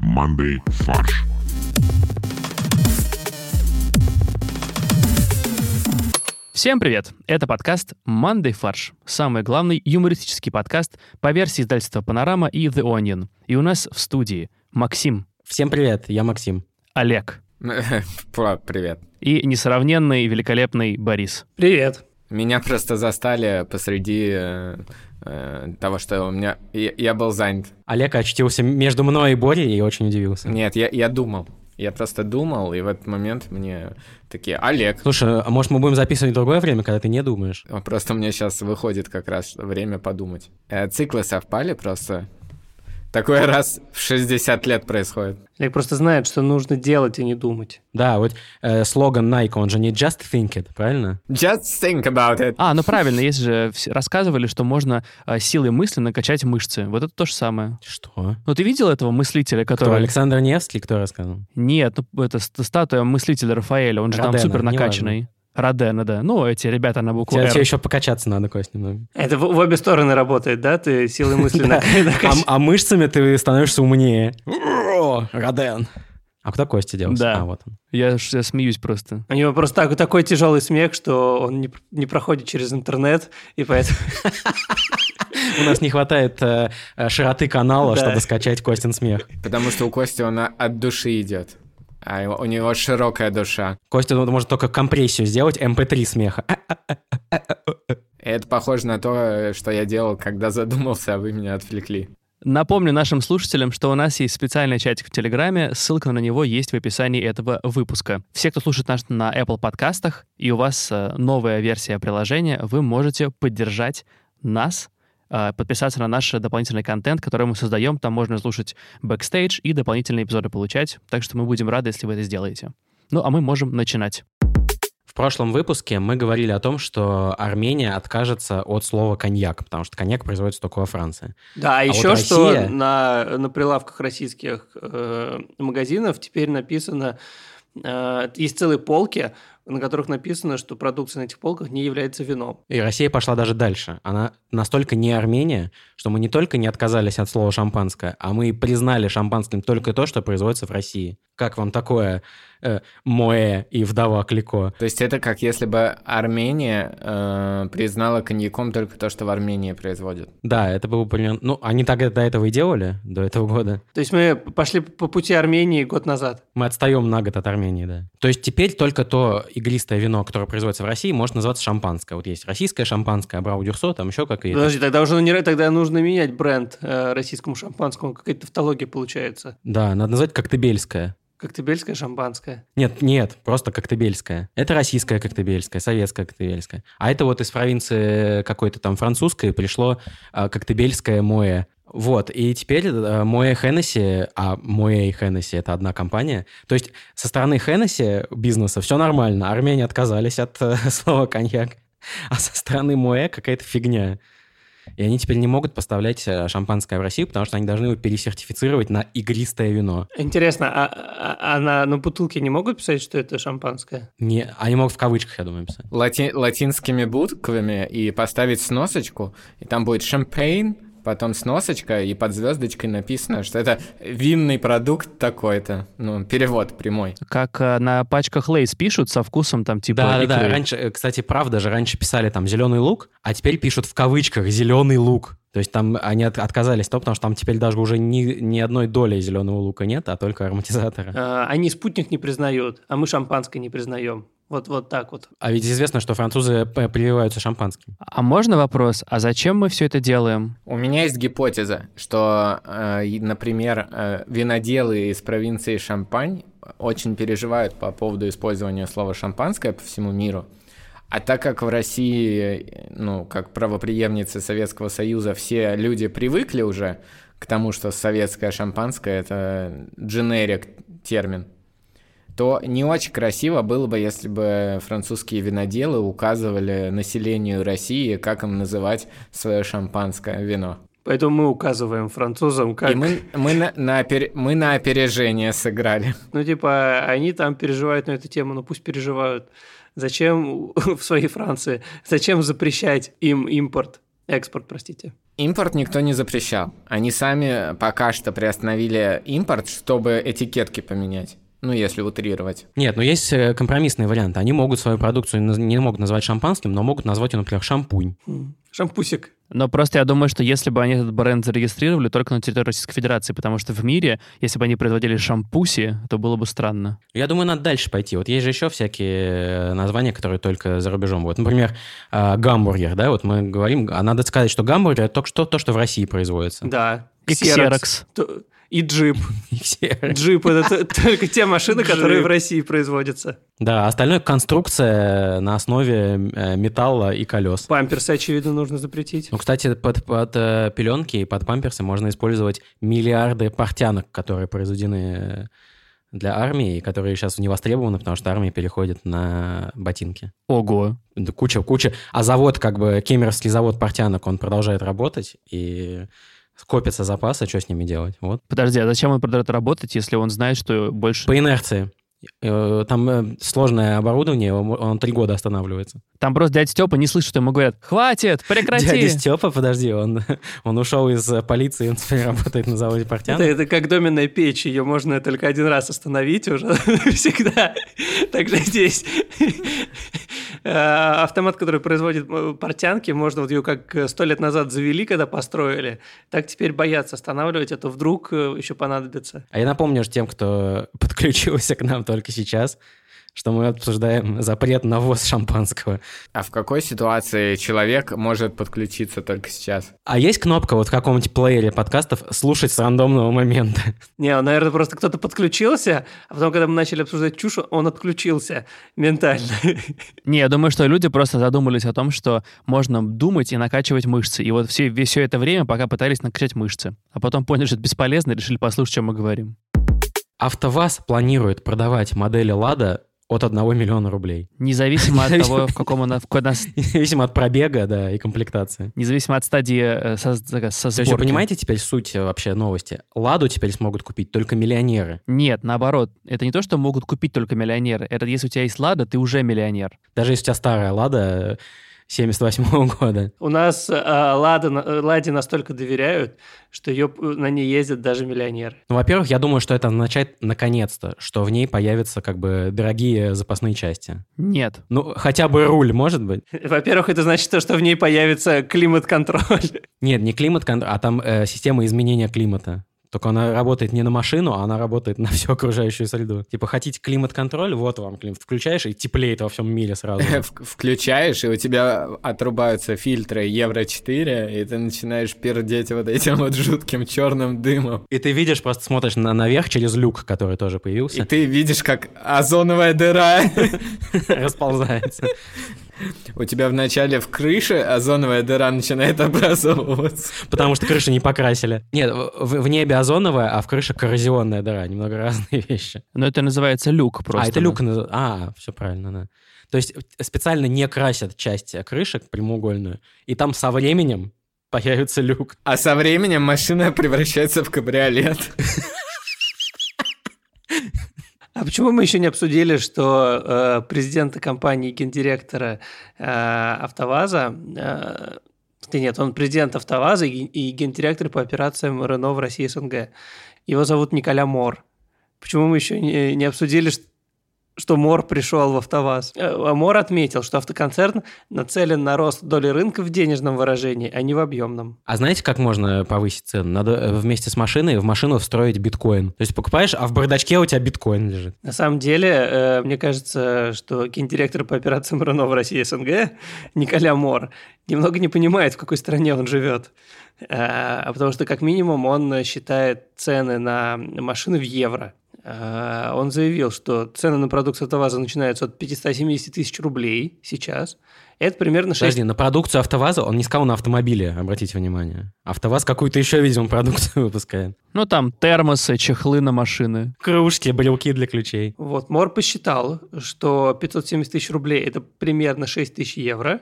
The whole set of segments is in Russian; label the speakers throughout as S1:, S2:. S1: командой «Фарш».
S2: Всем привет! Это подкаст «Мандай фарш». Самый главный юмористический подкаст по версии издательства «Панорама» и «The Onion». И у нас в студии Максим,
S3: Всем привет, я Максим.
S2: Олег
S4: Про- Привет.
S2: и несравненный и великолепный Борис.
S5: Привет.
S4: Меня просто застали посреди э, э, того, что у меня... Я, я был занят.
S3: Олег очутился между мной и Борей и очень удивился.
S4: Нет, я, я думал. Я просто думал, и в этот момент мне такие, Олег.
S3: Слушай, а может мы будем записывать в другое время, когда ты не думаешь?
S4: А Просто мне сейчас выходит как раз время подумать. Э, Циклы совпали просто. Такой раз в 60 лет происходит.
S5: Олег просто знает, что нужно делать, а не думать.
S3: Да, вот э, слоган Nike, он же не just think it, правильно?
S4: Just think about it.
S2: А, ну правильно, есть же, все- рассказывали, что можно э, силой мысли накачать мышцы. Вот это то же самое.
S3: Что?
S2: Ну ты видел этого мыслителя,
S3: Кто,
S2: который...
S3: Александр Невский, кто рассказал?
S2: Нет, ну это ст- статуя мыслителя Рафаэля, он же там
S3: Родена,
S2: супер накачанный. Родена, да. Ну, эти ребята на букву
S3: Тебе, тебе
S2: «Р».
S3: еще покачаться надо, Кость, немного.
S5: Это в, в обе стороны работает, да? Ты силой мысли
S3: Да.
S5: на-
S3: А,
S5: накачиваешь.
S3: а мышцами ты становишься умнее. Ура, Роден. А кто Костя делался?
S2: Да.
S3: А, вот он.
S2: Я, ж- я смеюсь просто.
S3: а
S5: У него просто так- такой тяжелый смех, что он не, пр- не проходит через интернет, и поэтому...
S3: У нас не хватает э, э, широты канала,
S5: Да.
S3: чтобы скачать Костин смех.
S4: Потому что у Кости он а- от души идет. А его- у него широкая душа.
S3: Костя ну, может только компрессию сделать, mp3 смеха.
S4: И это похоже на то, э, что я делал, когда задумался, а вы меня отвлекли.
S2: Напомню нашим слушателям, что у нас есть специальный чатик в Телеграме, ссылка на него есть в описании этого выпуска. Все, кто слушает нас на Apple подкастах, и у вас э, новая версия приложения, вы можете поддержать нас, э, подписаться на наш дополнительный контент, который мы создаем. Там можно слушать бэкстейдж и дополнительные эпизоды получать. Так что мы будем рады, если вы это сделаете. Ну, а мы можем начинать.
S3: В прошлом выпуске мы говорили о том, что Армения откажется от слова коньяк, потому что коньяк производится только во Франции.
S5: Да, а
S3: вот
S5: еще что
S3: Россия-
S5: на, на прилавках российских э, магазинов теперь написано... э, есть целые полки, на которых написано, что продукция на этих полках не является вином.
S3: И Россия пошла даже дальше. Она настолько не Армения, что мы не только не отказались от слова шампанское, а мы и признали шампанским только то, что производится в России. Как вам такое э, Моэ и вдова Клико?
S4: То есть это как если бы Армения э, признала коньяком только то, что в Армении производят.
S3: Да, это было примерно... Ну, они так до этого и делали, до этого года.
S5: То есть мы пошли по пути Армении год назад.
S3: Мы отстаем на год от Армении, да. То есть теперь только то игристое вино, которое производится в России, может называться шампанское. Вот есть российское шампанское, Абрау Дюрсо, там еще какие-то.
S5: Подожди, тогда уже ну, не, тогда нужно менять бренд э, российскому шампанскому. Какая-то тавтология получается.
S3: Да, надо назвать коктебельское.
S5: Коктебельское шампанское.
S3: Нет, нет, просто коктебельское. Это российское коктебельское, советское коктебельское. А это вот из провинции э, какой-то там французской пришло а, коктебельское мое. Вот, и теперь э, Мое Хеннесси, а Мое и Хеннесси – это одна компания. То есть со стороны Хеннесси бизнеса все нормально, армяне отказались от э, слова коньяк, а со стороны Мое какая-то фигня. И они теперь не могут поставлять э, шампанское в Россию, потому что они должны его пересертифицировать на игристое вино.
S5: Интересно, а, а- а на, на бутылке не могут писать, что это шампанское?
S3: Не, они могут в кавычках, я думаю, писать.
S4: Лати- латинскими буквами и поставить сносочку, и там будет шампейн, потом сносочка, и под звездочкой написано, что это винный продукт такой-то. Ну, перевод прямой.
S2: Как э, на пачках Лейс пишут со вкусом там типа...
S3: Да, да, да.
S2: икры.
S3: Раньше, э, кстати, правда же, раньше писали там зеленый лук, а теперь пишут в кавычках зеленый лук. То есть там они от- отказались, то, потому что там теперь даже уже ни, ни одной доли зеленого лука нет, а только ароматизатора.
S5: А, они спутник не признают, а мы шампанское не признаем. Вот, вот так вот.
S3: А ведь известно, что французы э, п- прививаются шампанским.
S2: А можно вопрос, а зачем мы все это делаем?
S4: У меня есть гипотеза, что, э, и, например, э, виноделы из провинции Шампань очень переживают по поводу использования слова «шампанское» по всему миру. А так как в России, э, ну, как правоприемницы Советского Союза, все люди привыкли уже к тому, что советское шампанское – это дженерик термин, то не очень красиво было бы, если бы французские виноделы указывали населению России, как им называть свое шампанское вино.
S5: Поэтому мы указываем французам, как...
S4: И мы, мы, на, на опер- мы на опережение сыграли.
S5: Ну, типа, они там переживают на эту тему, ну пусть переживают. Зачем в своей Франции? Зачем запрещать им импорт? Экспорт, простите.
S4: Импорт никто не запрещал. Они сами пока что приостановили импорт, чтобы этикетки поменять. Ну, если утрировать.
S3: Нет, но есть э, компромиссные варианты. Они могут свою продукцию наз- не могут назвать шампанским, но могут назвать ее, например, шампунь.
S5: М, Шампусик.
S2: Но просто я думаю, что если бы они этот бренд зарегистрировали только на территории Российской Федерации, потому что в мире, если бы они производили шампуси, то было бы странно.
S3: Я думаю, надо дальше пойти. Вот есть же еще всякие э, названия, которые только за рубежом. Вот, например, э, гамбургер, да, вот мы говорим, а надо сказать, что гамбургер это только что то, что в России производится.
S5: Да.
S2: И Ксерокс.
S5: То- И джип.
S3: И все.
S5: Джип — это т- только те машины, которые в России производятся.
S3: Да, остальное конструкция на основе э, металла и колес.
S5: Памперсы, очевидно, нужно запретить.
S3: Ну, кстати, под, под э, пеленки и под памперсы можно использовать миллиарды портянок, которые произведены э, для армии, и которые сейчас не востребованы, потому что армия переходит на ботинки.
S2: Ого.
S3: Да куча, куча. А завод, как бы, кемеровский завод портянок, он продолжает работать, и скопятся запасы, что с ними делать? Вот.
S2: Подожди, а зачем он продолжает работать, если он знает, что больше...
S3: По инерции. Э, Там э, сложное оборудование, он он три года останавливается.
S2: Там просто дядя Степа не слышит, что ему говорят, хватит, прекрати.
S3: Дядя Степа, подожди, он, он ушел из э, полиции, он теперь работает на заводе
S5: Это,
S3: портянок.
S5: это как доменная печь, ее можно только один раз остановить уже всегда. Так же здесь. Э, Автомат, который производит э, портянки, можно вот ее как э, сто лет назад завели, когда построили, так теперь боятся останавливать, а то вдруг э, еще понадобится.
S3: А я напомню ж тем, кто подключился к нам только сейчас, что мы обсуждаем запрет на ввоз шампанского.
S4: А в какой ситуации человек может подключиться только сейчас?
S3: А есть кнопка вот в каком-нибудь плеере подкастов «Слушать с рандомного момента»?
S5: Не, наверное, просто кто-то подключился, а потом, когда мы начали обсуждать чушь, он отключился ментально.
S2: Не, я думаю, что люди просто задумались о том, что можно думать и накачивать мышцы. И вот все, все это время пока пытались накачать мышцы. А потом поняли, что это бесполезно, и решили послушать, чем мы говорим.
S3: АвтоВАЗ планирует продавать модели «Лада» от 1 миллиона рублей.
S2: Независимо от того, в каком она... в какой она с-
S3: Независимо от пробега, да, и комплектации.
S2: Независимо от стадии э, со, со
S3: То есть вы
S2: сборки.
S3: понимаете теперь суть э, вообще новости? «Ладу» теперь смогут купить только миллионеры.
S2: Нет, наоборот. Это не то, что могут купить только миллионеры. Это если у тебя есть «Лада», ты уже миллионер.
S3: Даже если у тебя старая «Лада» 78 года.
S5: У нас э, Лада на- э, Ладе настолько доверяют, что ее на ней ездят даже миллионеры.
S3: Ну, во-первых, я думаю, что это означает наконец-то, что в ней появятся как бы дорогие запасные части.
S2: Нет.
S3: Ну, хотя бы руль, может быть?
S5: Во-первых, это значит то, что в ней появится климат-контроль.
S3: Нет, не климат, кон- а там э, система изменения климата. Только она работает не на машину, а она работает на всю окружающую среду. Типа, хотите климат-контроль? Вот вам климат. Включаешь и теплеет во всем мире сразу. же.
S4: В- Включаешь, и у тебя отрубаются фильтры Евро-4, и ты начинаешь пердеть вот этим вот жутким черным дымом.
S3: И ты видишь, просто смотришь на- наверх через люк, который тоже
S4: И
S3: появился,
S4: ты видишь, как озоновая дыра.
S3: расползается.
S4: У тебя вначале в крыше озоновая дыра начинает образовываться.
S3: Потому что крыши не покрасили. Нет, в, в небе озоновая, а в крыше коррозионная дыра. Немного разные вещи.
S2: Но это называется люк просто.
S3: А, это люк. наз- А, все правильно, да. То есть э, специально не красят часть э, крышек прямоугольную, и там со временем появится люк.
S4: А со временем машина превращается в кабриолет.
S5: А почему мы еще не обсудили, что э, президента компании, гендиректора э, АвтоВАЗа, э, да нет, он президент АвтоВАЗа и, ген- и гендиректор по операциям Рено в России и СНГ. Его зовут Николя Мор. Почему мы еще не, не обсудили, ш- что Мор пришел в АвтоВАЗ? Э, а Мор отметил, что автоконцерн нацелен на рост доли рынка в денежном выражении, а не в объемном.
S3: А знаете, как можно повысить цену? Надо э, вместе с машиной в машину встроить биткоин. То есть покупаешь, а в бардачке у тебя биткоин лежит.
S5: На самом деле, э, мне кажется, что гендиректор по операциям РНО в России и СНГ Николя Мор немного не понимает, в какой стране он живет. Э, а потому что, как минимум, он э, считает цены на машины в евро. Э, он заявил, что цены на продукцию АвтоВАЗа начинаются от 570 тысяч рублей сейчас. Это примерно 6...
S3: Подожди, на продукцию АвтоВАЗа он не сказал на автомобиле, обратите внимание. АвтоВАЗ какую-то еще, видимо, продукцию выпускает.
S2: Ну, там термосы, чехлы на машины.
S3: Кружки, брелки для ключей.
S5: Вот, Мор посчитал, что 570 тысяч рублей – это примерно 6 тысяч евро.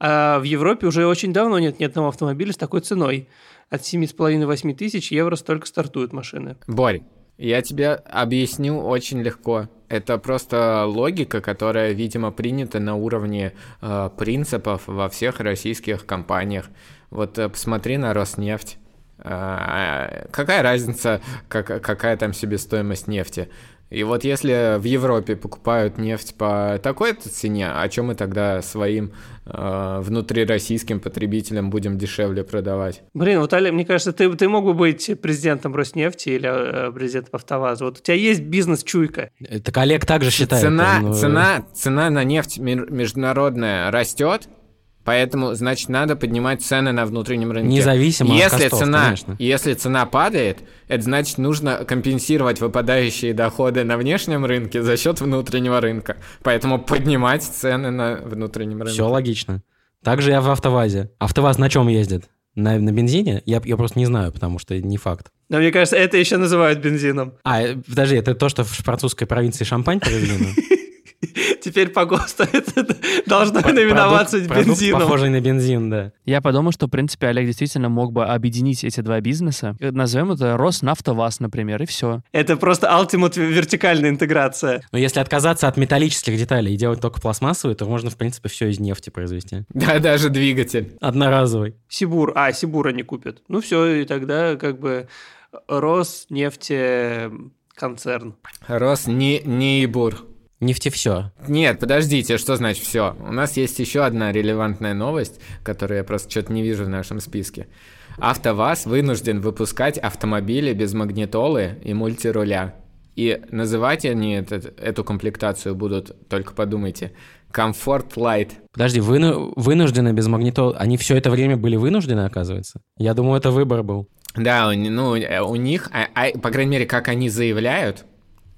S5: А в Европе уже очень давно нет ни одного автомобиля с такой ценой. От 7,5-8 тысяч евро столько стартуют машины.
S4: Борь, Я тебе объясню очень легко. Это просто логика, которая, видимо, принята на уровне э, принципов во всех российских компаниях. Вот э, посмотри на Роснефть. А, какая разница, как, какая там себестоимость нефти? И вот если в Европе покупают нефть по такой цене, о чем мы тогда своим э, внутрироссийским потребителям будем дешевле продавать?
S5: Блин, вот, Али, мне кажется, ты, ты мог бы быть президентом Роснефти или э, президентом Автоваза. Вот у тебя есть бизнес-чуйка.
S3: Так Олег также считает.
S4: Цена,
S3: он, э,
S4: цена, цена на нефть мир- международная растет, поэтому, значит, надо поднимать цены на внутреннем рынке.
S3: Независимо от
S4: если
S3: костов,
S4: цена,
S3: конечно.
S4: Если цена падает, это значит, нужно компенсировать выпадающие доходы на внешнем рынке за счет внутреннего рынка. Поэтому поднимать цены на внутреннем рынке.
S3: Все логично. Также я в автовазе. Автоваз на чем ездит? На, на бензине? Я, я просто не знаю, потому что не факт.
S5: Но мне кажется, это еще называют бензином.
S3: А, э, подожди, это то, что в французской провинции Шампань провели? ну?
S5: Теперь по ГОСТу это должно
S3: Продукт-
S5: именоваться
S3: продукт,
S5: бензином.
S3: похожий на бензин, да.
S2: Я подумал, что, в принципе, Олег действительно мог бы объединить эти два бизнеса. Э, Назовем это Роснафтоваз, например, и все.
S5: Это просто Ultimate вертикальная интеграция.
S3: Но если отказаться от металлических деталей и делать только пластмассовые, то можно, в принципе, все из нефти произвести.
S4: Да, даже двигатель.
S3: Одноразовый.
S5: Сибур, а, Сибура не купят. Ну все, и тогда как бы Роснефтеконцерн. концерн.
S4: Рос не, не ебур.
S3: Нефти все.
S4: Нет, подождите, что значит все? У нас есть еще одна релевантная новость, которую я просто что-то не вижу в нашем списке. АвтоВАЗ вынужден выпускать автомобили без магнитолы и мультируля. И называть они этот- эту комплектацию будут, только подумайте, Comfort Light.
S3: Подожди, выну- вынуждены без магнитол... Они все это время были вынуждены, оказывается? Я думаю, это выбор был.
S4: Да, у ни- ну, э, у них, а- а, по крайней мере, как они заявляют,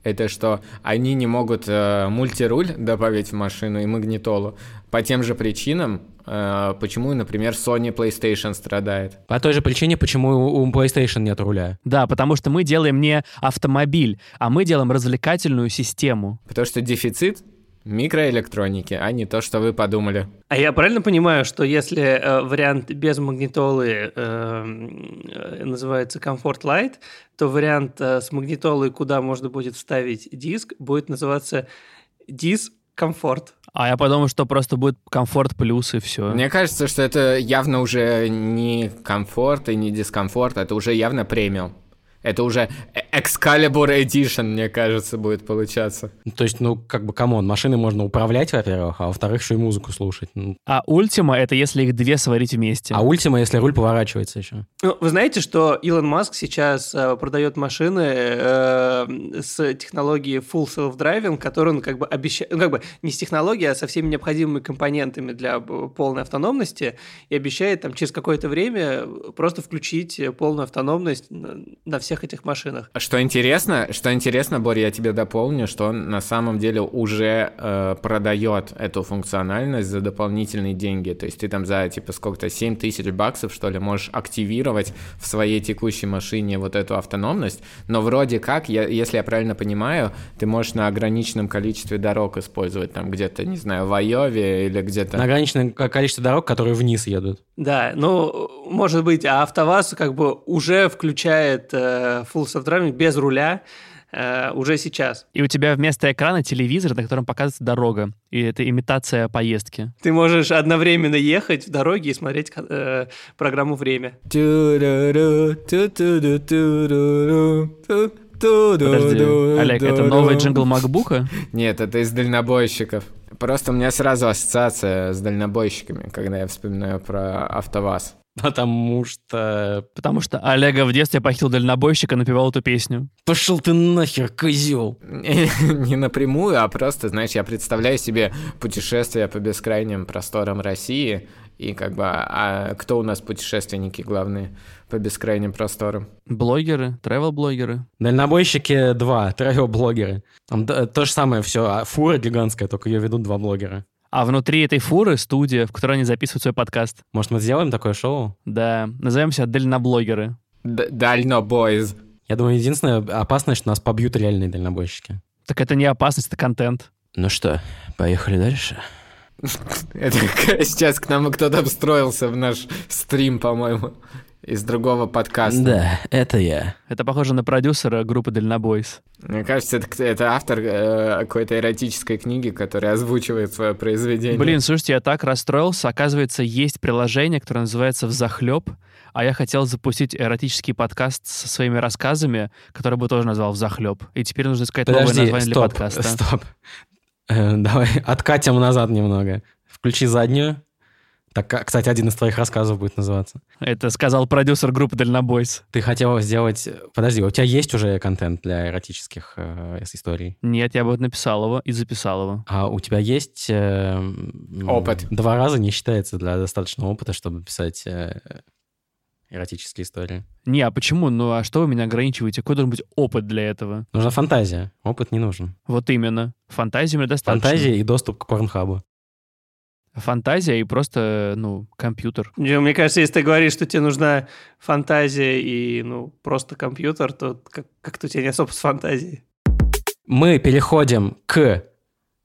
S4: это что они не могут э, мультируль добавить в машину и магнитолу по тем же причинам, э, почему, например, Sony PlayStation страдает.
S3: По той же причине, почему у у PlayStation нет руля.
S2: Да, потому что мы делаем не автомобиль, а мы делаем развлекательную систему.
S4: Потому что дефицит микроэлектроники, а не то, что вы подумали.
S5: А я правильно понимаю, что если э, вариант без магнитолы э, м, э, называется Comfort Light, то вариант э, с магнитолой, куда можно будет вставить диск, будет называться Дис Комфорт.
S2: А я подумал, что просто будет комфорт плюс и все.
S4: Мне кажется, что это явно уже не комфорт и не дискомфорт, это уже явно премиум. Это уже э- Excalibur Edition, мне кажется, будет получаться.
S3: Ну, То есть, ну, как бы, камон, машины можно управлять, во-первых, а во-вторых, еще и музыку слушать. Ну,
S2: А ультима — это если их две сварить вместе.
S3: А ультима, если руль поворачивается еще.
S5: Ну, вы знаете, что Илон Маск сейчас э, продает машины э, с технологией Full Self-Driving, которую он как бы обещает, ну, как бы не с технологией, а со всеми необходимыми компонентами для б- полной автономности, и обещает там через какое-то время просто включить э, полную автономность на, на всех этих машинах.
S4: Что интересно, что интересно, Борь, я тебе дополню, что он на самом деле уже э, продает эту функциональность за дополнительные деньги. То есть ты там за типа сколько-то 7 тысяч баксов, что ли, можешь активировать в своей текущей машине вот эту автономность. Но вроде как, я, если я правильно понимаю, ты можешь на ограниченном количестве дорог использовать там где-то, не знаю, в Айове или где-то.
S3: На ограниченное ко- количество дорог, которые вниз едут.
S5: Да, ну, может быть, а АвтоВАЗ как бы уже включает э, Full Self-Driving без руля э, уже сейчас.
S2: И у тебя вместо экрана телевизор, на котором показывается дорога. И это имитация поездки.
S5: Ты можешь одновременно ехать в дороге и смотреть э, программу «Время».
S4: Ту-ру-ру, ту-ту-ру, ту-ру-ру, ту- ту-ру-ру,
S2: Подожди, Олег, это
S4: ту-ру-ру.
S2: новый джингл макбука?
S4: Нет, это из дальнобойщиков. Просто у меня сразу ассоциация с дальнобойщиками, когда я вспоминаю про АвтоВАЗ.
S3: Потому что...
S2: Потому что Олега в детстве похитил дальнобойщик и напевал эту песню.
S3: Пошел ты нахер, козел!
S4: Не напрямую, а просто, знаешь, я представляю себе путешествие по бескрайним просторам России, и как бы, а кто у нас путешественники главные по бескрайним просторам?
S2: Блогеры, тревел-блогеры.
S3: Дальнобойщики 2, трое блогеры. Там д- то же самое все, а фура гигантская, только ее ведут два блогера.
S2: А внутри этой фуры студия, в которой они записывают свой подкаст.
S3: Может, мы сделаем такое шоу?
S2: Да, назовемся дальноблогеры.
S4: Д- Дальнобойз.
S3: Я думаю, единственная опасность, что нас побьют реальные дальнобойщики.
S2: Так это не опасность, это контент.
S3: Ну что, поехали дальше?
S4: Это к- сейчас к нам кто-то обстроился в наш стрим, по-моему. из другого подкаста.
S3: Да, это я.
S2: Это похоже на продюсера группы Дальнобойс.
S4: Мне кажется, это, это автор э, какой-то эротической книги, который озвучивает свое произведение.
S2: Блин, слушайте, я так расстроился. Оказывается, есть приложение, которое называется «Взахлеб», а я хотел запустить эротический подкаст со своими рассказами, который бы тоже назвал «Взахлеб». И теперь нужно искать новое
S3: Подожди,
S2: название для
S3: стоп,
S2: подкаста.
S3: стоп. Э, Давай откатим назад немного. Включи заднюю. Так, а, кстати, один из твоих рассказов будет называться.
S2: Это сказал продюсер группы Дальнобойс.
S3: Ты хотел сделать... Подожди, у тебя есть уже контент для эротических э, с- историй?
S2: Нет, я бы вот написал его и записал его.
S3: А у тебя есть... э, м,
S4: Опыт.
S3: Два раза не считается для достаточного опыта, чтобы писать э, эротические истории.
S2: Не, а почему? Ну а что вы меня ограничиваете? Какой должен быть опыт для этого?
S3: Нужна фантазия. Опыт не нужен.
S2: Вот именно. Фантазии мне достаточно.
S3: Фантазия и доступ к порнхабу.
S2: Фантазия и просто, ну, компьютер.
S5: Не, Мне кажется, если ты говоришь, что тебе нужна фантазия и ну просто компьютер, то как- как-то у тебя не особо с фантазией.
S3: Мы переходим к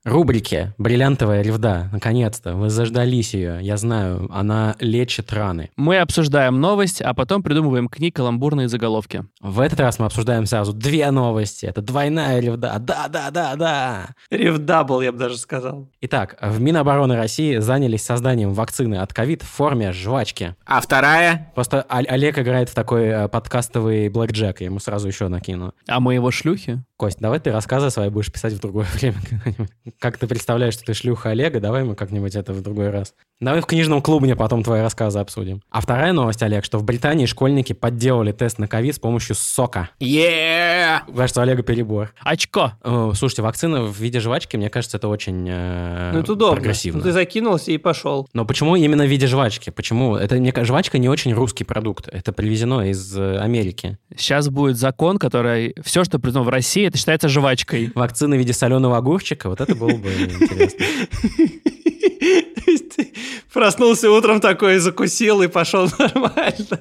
S3: рубрике «Бриллиантовая ревда». Наконец-то. Вы заждались ее. Я знаю, она лечит раны.
S2: Мы обсуждаем новость, а потом придумываем к ней каламбурные заголовки.
S3: В этот раз мы обсуждаем сразу две новости. Это двойная ревда. Да-да-да-да.
S5: Ревдабл, я бы даже сказал.
S3: Итак, в Минобороны России занялись созданием вакцины от ковид в форме жвачки.
S4: А вторая?
S3: Просто О- Олег играет в такой э, подкастовый блэкджек, я ему сразу еще накину.
S2: А мы его шлюхи?
S3: Кость, давай ты рассказы свои будешь писать в другое время. когда-нибудь. Как ты представляешь, что ты шлюха Олега, давай мы как-нибудь это в другой раз. Давай в книжном клубе потом твои рассказы обсудим. А вторая новость, Олег, что в Британии школьники подделали тест на ковид с помощью сока.
S4: Е!
S3: Кажется, у Олега перебор.
S2: Очко!
S3: Э, Слушайте, вакцина в виде жвачки, мне кажется, это очень э,
S5: Ну, это удобно.
S3: прогрессивно.
S5: Ну, ты закинулся и пошел.
S3: Но почему именно в виде жвачки? Почему? Это мне ка- жвачка не очень русский продукт. Это привезено из э, Америки.
S2: Сейчас будет закон, который... Все, что придумал в России, это считается жвачкой.
S3: Вакцина в виде соленого огурчика. Вот это было бы интересно.
S5: Ты Проснулся утром такой, закусил и пошел нормально.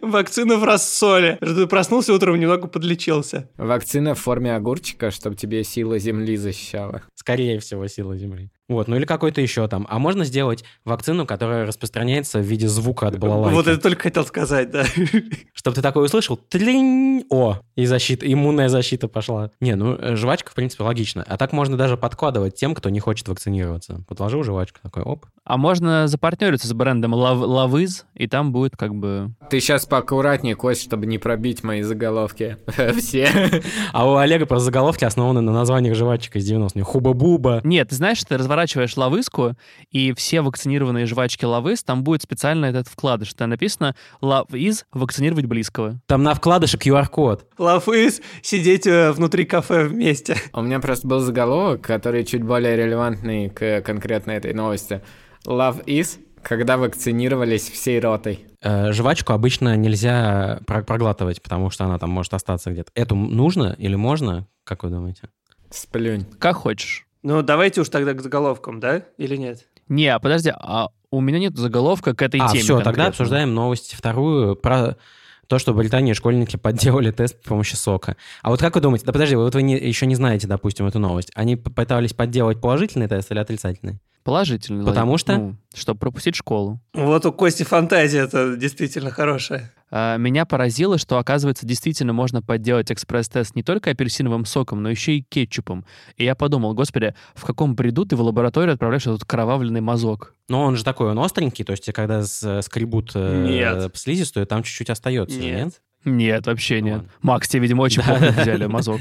S5: Вакцина в рассоле. Ты Проснулся утром, немного подлечился.
S4: Вакцина в форме огурчика, чтобы тебе сила земли защищала.
S3: Скорее всего, сила Земли. Вот, ну или какой-то еще там. А можно сделать вакцину, которая распространяется в виде звука от балалайки?
S5: Вот это только хотел сказать, да.
S3: Чтобы ты такой услышал, тлинь, о, и защита, иммунная защита пошла. Не, ну э, жвачка, в принципе, логично. А так можно даже подкладывать тем, кто не хочет вакцинироваться. Подложил жвачку, такой, оп,
S2: А можно запартнериться с брендом Лавыз, и там будет как бы...
S4: Ты сейчас поаккуратнее, Кость, чтобы не пробить мои заголовки. Все.
S3: А у Олега просто заголовки основаны на названиях жвачек из 90-х. Хуба-буба.
S2: Нет, ты знаешь, ты разворачиваешь лавыску, и все вакцинированные жвачки лавыс, там будет специально этот вкладыш. Там написано «Лавиз вакцинировать близкого».
S3: Там на вкладыше QR-код.
S5: Лафыс, сидеть э, внутри кафе вместе.
S4: У меня просто был заголовок, который чуть более релевантный к конкретно этой новости. Love is, когда вакцинировались всей ротой.
S3: Э, жвачку обычно нельзя про- проглатывать, потому что она там может остаться где-то. Эту м- нужно или можно, как вы думаете?
S4: Сплюнь.
S2: Как хочешь.
S5: Ну, давайте уж тогда к заголовкам, да? Или нет?
S2: Не, а подожди, а у меня нет заголовка к этой
S3: а,
S2: теме.
S3: все, тогда
S2: конкретно.
S3: обсуждаем новость вторую про то, что в Британии школьники подделали тест при помощи сока. А вот как вы думаете, да подожди, вот вы не- еще не знаете, допустим, эту новость. Они п- пытались подделать положительный тест или отрицательный?
S2: Положительный.
S3: Потому
S2: лайк,
S3: что?
S2: ну, чтобы пропустить школу.
S5: Вот у Кости фантазия это действительно хорошая.
S2: А, Меня поразило, что, оказывается, действительно можно подделать экспресс-тест не только апельсиновым соком, но еще и кетчупом. И я подумал, господи, в каком бреду ты в лабораторию отправляешь этот кровавленный мазок?
S3: Но он же такой, он остренький, то есть тебе когда с- скребут э,
S5: Нет.
S3: слизистую, там чуть-чуть остается, нет?
S2: Нет, вообще
S3: Ну
S2: нет.
S3: ладно.
S2: Макс, тебе, видимо, очень
S3: Да.
S2: плохо взяли мазок.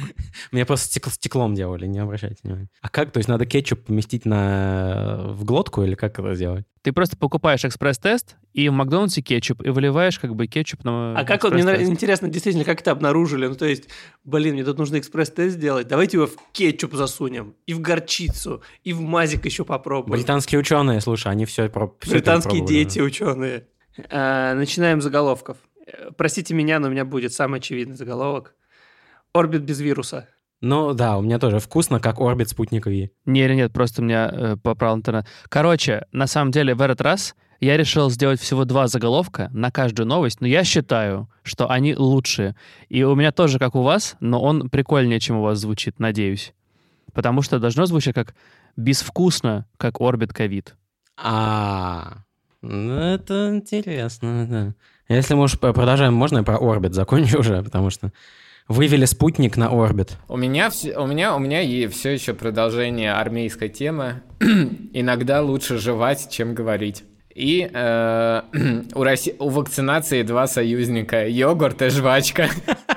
S3: Меня просто стек- стеклом делали, не обращайте внимания. А как? То есть надо кетчуп поместить на... э, в глотку или как это сделать?
S2: Ты просто покупаешь экспресс-тест и в Макдональдсе кетчуп, и выливаешь как бы кетчуп на
S5: А как вот, мне нрав-
S2: экспресс-тест.
S5: интересно, действительно, как это обнаружили? Ну, то есть, блин, мне тут нужно экспресс-тест сделать. Давайте его в кетчуп засунем, и в горчицу, и в мазик еще попробуем.
S3: Британские ученые, слушай, они все...
S5: Британские дети, ученые. А, начинаем с заголовков. Э, Простите меня, но у меня будет самый очевидный заголовок. Орбит без вируса.
S3: Ну да, у меня тоже вкусно, как орбит спутника Ви.
S2: Не, нет, нет, просто меня э, поправил интернет. Короче, на самом деле в этот раз я решил сделать всего два заголовка на каждую новость, но я считаю, что они лучшие. И у меня тоже, как у вас, но он прикольнее, чем у вас звучит, надеюсь. Потому что должно звучать как «безвкусно, как орбит ковид».
S3: А, Ну, это интересно, да. Если мы уж продолжаем, можно я про орбит закончу уже, потому что вывели спутник на орбит.
S4: У меня, вс- у меня, у меня и все еще продолжение армейской темы. Иногда лучше жевать, чем говорить. И э, у, Росси- у вакцинации два союзника – йогурт и жвачка.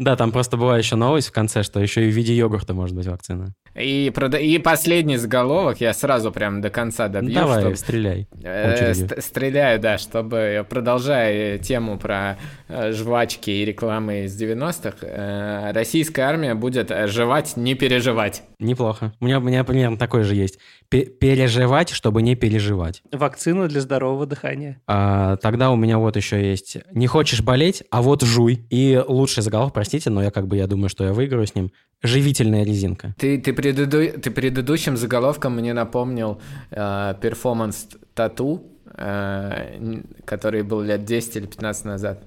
S3: Да, там просто была еще новость в конце, что еще и в виде йогурта может быть вакцина.
S4: И, прода- и последний заголовок я сразу прям до конца
S3: Ну,
S4: добью,
S3: Давай,
S4: чтоб-
S3: стреляй. по
S4: Э,
S3: очереди.
S4: ст- Стреляю, да, чтобы, продолжая э, тему про э, жвачки и рекламы из 90-х, э, российская армия будет э, жевать, не переживать.
S3: Неплохо. У меня, у меня примерно такой же есть. Пе- переживать, чтобы не переживать.
S5: Вакцина для здорового дыхания.
S3: А, тогда у меня вот еще есть. Не хочешь болеть, а вот жуй. И лучший заголовок, простите, но я как бы я думаю, что я выиграю с ним. Живительная резинка.
S4: Ты, ты, предыду- ты предыдущим заголовком мне напомнил э, перформанс тату, э, н- который был лет 10 или 15 назад.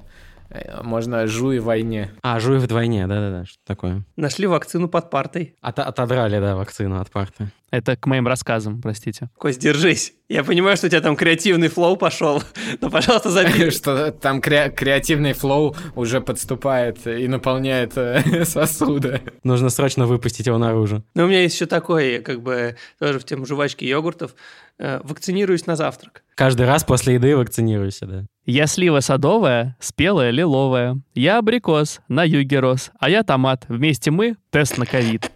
S4: Э, Можно жуй войне.
S3: А, жуй вдвойне, да-да-да, что такое.
S5: Нашли вакцину под партой.
S3: От- отодрали, да, вакцину от парты.
S2: Это к моим рассказам, простите.
S5: Кость, держись. Я понимаю, что у тебя там креативный флоу пошел, но, пожалуйста, забей.
S4: Что там кре- креативный флоу уже подступает и наполняет э, сосуды.
S3: Нужно срочно выпустить его наружу.
S5: Но у меня есть еще такое, как бы, тоже в тему жвачки и йогуртов. Э, Вакцинируюсь на завтрак.
S3: Каждый раз после еды вакцинируйся, да.
S2: Я слива садовая, спелая лиловая. Я абрикос, на юге рос. А я томат. Вместе мы тест на ковид.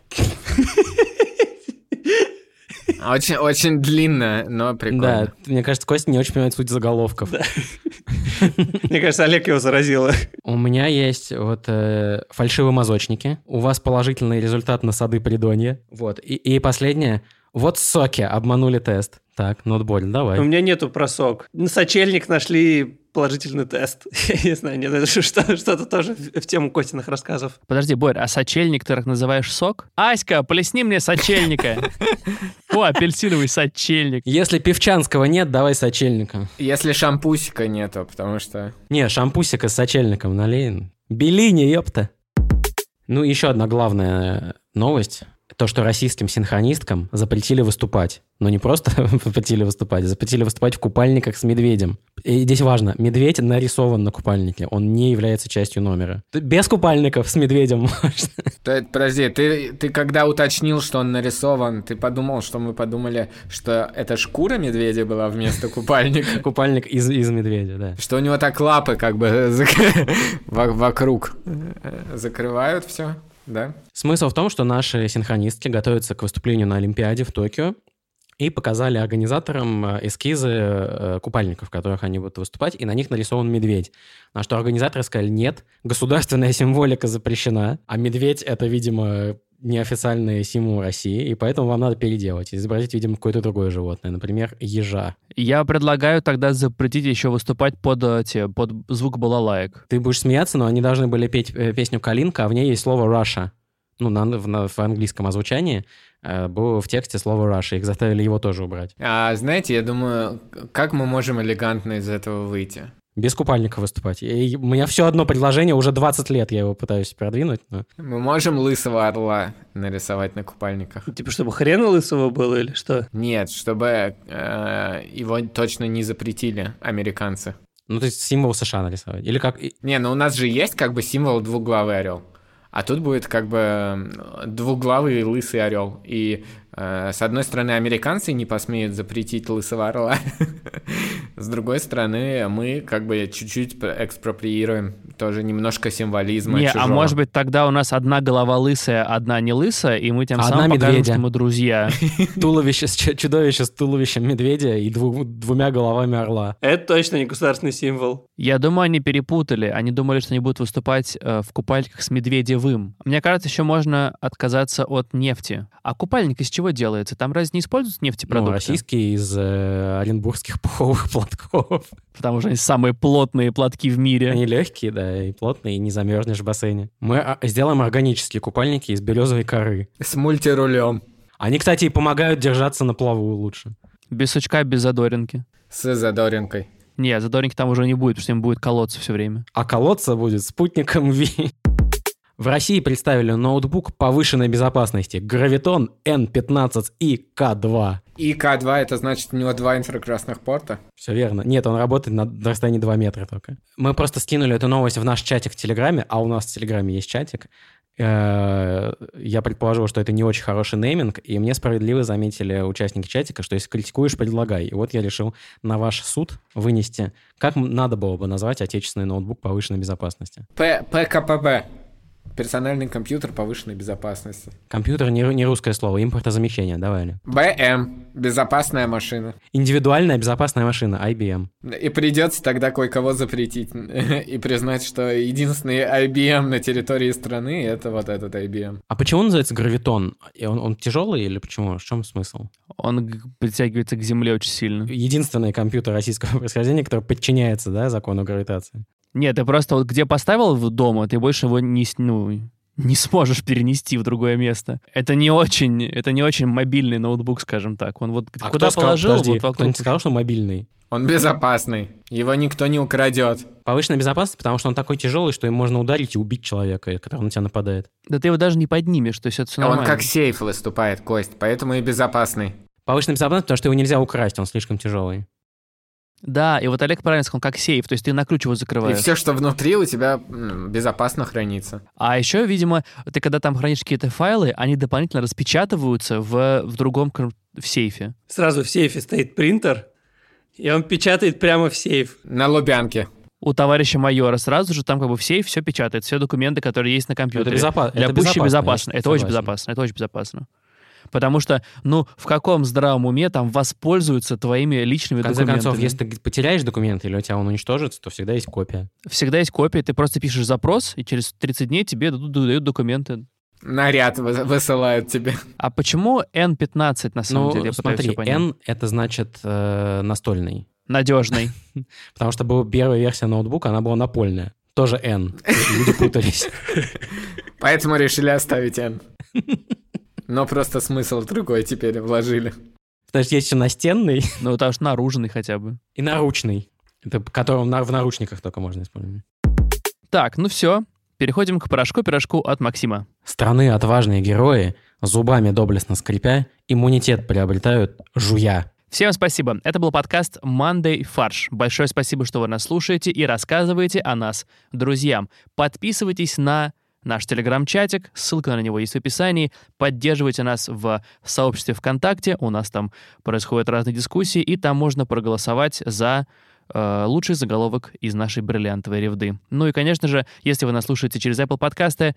S4: Очень, очень длинно, но прикольно.
S3: Да, мне кажется, Костя не очень понимает суть заголовков.
S5: Мне кажется, Олег его заразила.
S3: У меня есть вот э, фальшивые мазочники. У вас положительный результат на сады придонья. Вот. И, и последнее. Вот соки, обманули тест. Так, нотболь, давай.
S5: У меня нету просок. На сочельник нашли положительный тест. Я не знаю, нет, это что- что-то тоже в в тему Котиных рассказов.
S2: Подожди, Борь, а сочельник ты так называешь сок? Аська, плесни мне сочельника. О, апельсиновый сочельник.
S3: Если певчанского нет, давай сочельника.
S4: Если шампусика нету, потому что...
S3: Не, шампусика с сочельником налей. Белини, ёпта. Ну, еще одна главная новость. То, что российским синхронисткам запретили выступать. Но не просто запретили выступать, а запретили выступать в купальниках с медведем. И здесь важно, медведь нарисован на купальнике, он не является частью номера. Т- Без купальников с медведем можно.
S4: Т- Подожди, ты, ты когда уточнил, что он нарисован, ты подумал, что мы подумали, что это шкура медведя была вместо купальника?
S3: Купальник из, из медведя, да.
S4: Что у него так лапы как бы зак- во- вокруг э, закрывают все, да?
S3: Смысл в том, что наши синхронистки готовятся к выступлению на Олимпиаде в Токио и показали организаторам э, эскизы э, купальников, в которых они будут выступать, и на них нарисован медведь. На что организаторы сказали, нет, государственная символика запрещена, а медведь — это, видимо, неофициальный символ России, и поэтому вам надо переделать, изобразить, видимо, какое-то другое животное, например, ежа.
S2: Я предлагаю тогда запретить еще выступать под, э, те, под звук балалаек.
S3: Ты будешь смеяться, но они должны были петь э, песню «Калинка», а в ней есть слово «Russia». Ну, на- в, на- в английском озвучании э, было в тексте слово «Russia». Их заставили его тоже убрать.
S4: А знаете, я думаю, как мы можем элегантно из этого выйти?
S3: Без купальника выступать. И у меня все одно предложение, уже 20 лет я его пытаюсь продвинуть. но-
S4: Мы можем лысого орла нарисовать на купальниках?
S5: Типа, чтобы хрена лысого было или что?
S4: Нет, чтобы э, его точно не запретили американцы.
S3: Ну, то есть символ США нарисовать. Или как... и-
S4: Не, ну у нас же есть как бы символ двуглавый орел. А тут будет как бы м, двуглавый лысый орел. И э, с одной стороны, американцы не посмеют запретить лысого орла. С другой стороны, мы как бы чуть-чуть пр- экспроприируем тоже немножко символизма.
S2: Не, а
S4: чужого.
S2: может быть тогда у нас одна голова лысая, одна не лысая, и мы тем
S3: А Одна
S2: самым покажем,
S3: медведя.
S2: что мы друзья.
S3: Туловище, с чу- чудовище с туловищем медведя и дву- двумя головами орла.
S5: Это точно не государственный символ.
S2: Я думаю, они перепутали. Они думали, что они будут выступать э, в купальниках с медведевым. Мне кажется, еще можно отказаться от нефти. А купальник из чего делается? Там разве не используют
S3: Ну,
S2: нефтепродукты?
S3: российский из э, оренбургских пуховых платков.
S2: Потому что они самые плотные платки в мире.
S3: Они легкие, да, и плотные, и не замерзнешь в бассейне. Мы а, сделаем органические купальники из березовой коры.
S4: С мультирулем,
S3: Они, кстати, и помогают держаться на плаву лучше.
S2: Без сучка, без задоринки.
S4: с задоринкой.
S2: Не, задоринки там уже не будет, потому что им будет колоться все время.
S3: А колодца будет спутником Ви. В России представили ноутбук повышенной безопасности Graviton N15i K2.
S4: И К2 это значит у него два инфракрасных порта.
S3: Все верно. Нет, он работает на на расстоянии 2 метра только. Мы просто скинули эту новость в наш чатик в Телеграме, а у нас в Телеграме есть чатик. Э, Я предположил, что это не очень хороший нейминг, и мне справедливо заметили участники чатика, что если критикуешь, предлагай. И вот я решил на ваш суд вынести, как м- надо было бы назвать отечественный ноутбук повышенной безопасности.
S4: П, ПКПБ. Персональный компьютер повышенной безопасности.
S3: Компьютер не, ру- не русское слово, импортозамещение, давай, Оля.
S4: БМ. Безопасная машина.
S3: Индивидуальная безопасная машина, IBM.
S4: И придется тогда кое-кого запретить и признать, что единственный IBM на территории страны это вот этот IBM.
S3: А почему он называется гравитон? И Он, он тяжелый или почему? В чем смысл?
S2: Он г- притягивается к земле очень сильно.
S3: Единственный компьютер российского происхождения, который подчиняется да, закону гравитации.
S2: Нет, ты просто вот где поставил в дома, ты больше его не, с- ну, не сможешь перенести в другое место. Это не очень, это не очень мобильный ноутбук, скажем так. Он вот куда
S3: А кто сказал-
S2: положил,
S3: подожди,
S2: вот вокруг-
S3: кто-нибудь сказал, что мобильный?
S4: Он безопасный. Его никто не украдет.
S3: Повышенная безопасность, потому что он такой тяжелый, что им можно ударить и убить человека, который на тебя нападает.
S2: Да ты его даже не поднимешь, то есть это
S3: А
S2: все
S4: Он
S2: нормально.
S4: как сейф выступает, Кость, поэтому и безопасный.
S3: Повышенная безопасность, потому что его нельзя украсть, он слишком тяжелый.
S2: Да, и вот Олег правильно сказал, он как сейф, то есть ты на ключ его
S4: И
S2: закрываешь.
S4: все, что внутри, у тебя м, безопасно хранится.
S2: А еще, видимо, ты когда там хранишь какие-то файлы, они дополнительно распечатываются в, в другом кон- в сейфе.
S5: Сразу в сейфе стоит принтер, и он печатает прямо в сейф.
S4: На Лубянке.
S2: У товарища майора сразу же там как бы в сейф все печатает, все документы, которые есть на компьютере.
S3: безопа-
S2: Для
S3: это
S2: пущей
S3: безопасно,
S2: безопасно.
S3: я
S2: Это очень
S3: согласен.
S2: безопасно, это очень безопасно. Потому что, ну, в каком здравом уме там воспользуются твоими личными
S3: В конце
S2: документами?
S3: концов, если ты потеряешь документ или у тебя он уничтожится, то всегда есть копия.
S2: Всегда есть копия, ты просто пишешь запрос, и через 30 дней тебе дадут, дают документы.
S4: Наряд вы- высылают тебе.
S2: А почему N15 на самом
S3: Ну,
S2: деле? Я пытаюсь
S3: смотри,
S2: всё понять.
S3: N — это значит э, настольный.
S2: Надежный.
S3: Потому что была первая версия ноутбука, она была напольная. Тоже N. Люди путались.
S4: Поэтому решили оставить N. Но просто смысл другой теперь вложили.
S3: Потому что есть еще настенный
S2: Ну, потому что наружный хотя бы.
S3: и наручный. Это которым на- в наручниках только можно использовать.
S2: Так, ну все. Переходим к порошку-пирожку от Максима.
S3: Страны отважные герои, зубами доблестно скрипя, иммунитет приобретают жуя.
S2: Всем спасибо. Это был подкаст Monday Фарш. Большое спасибо, что вы нас слушаете и рассказываете о нас друзьям. Подписывайтесь на наш телеграм-чатик, ссылка на него есть в описании. Поддерживайте нас в сообществе ВКонтакте, у нас там происходят разные дискуссии, и там можно проголосовать за э, лучший заголовок из нашей бриллиантовой ревды. Ну и, конечно же, если вы нас слушаете через Apple подкасты,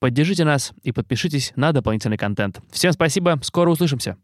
S2: поддержите нас и подпишитесь на дополнительный контент. Всем спасибо, скоро услышимся.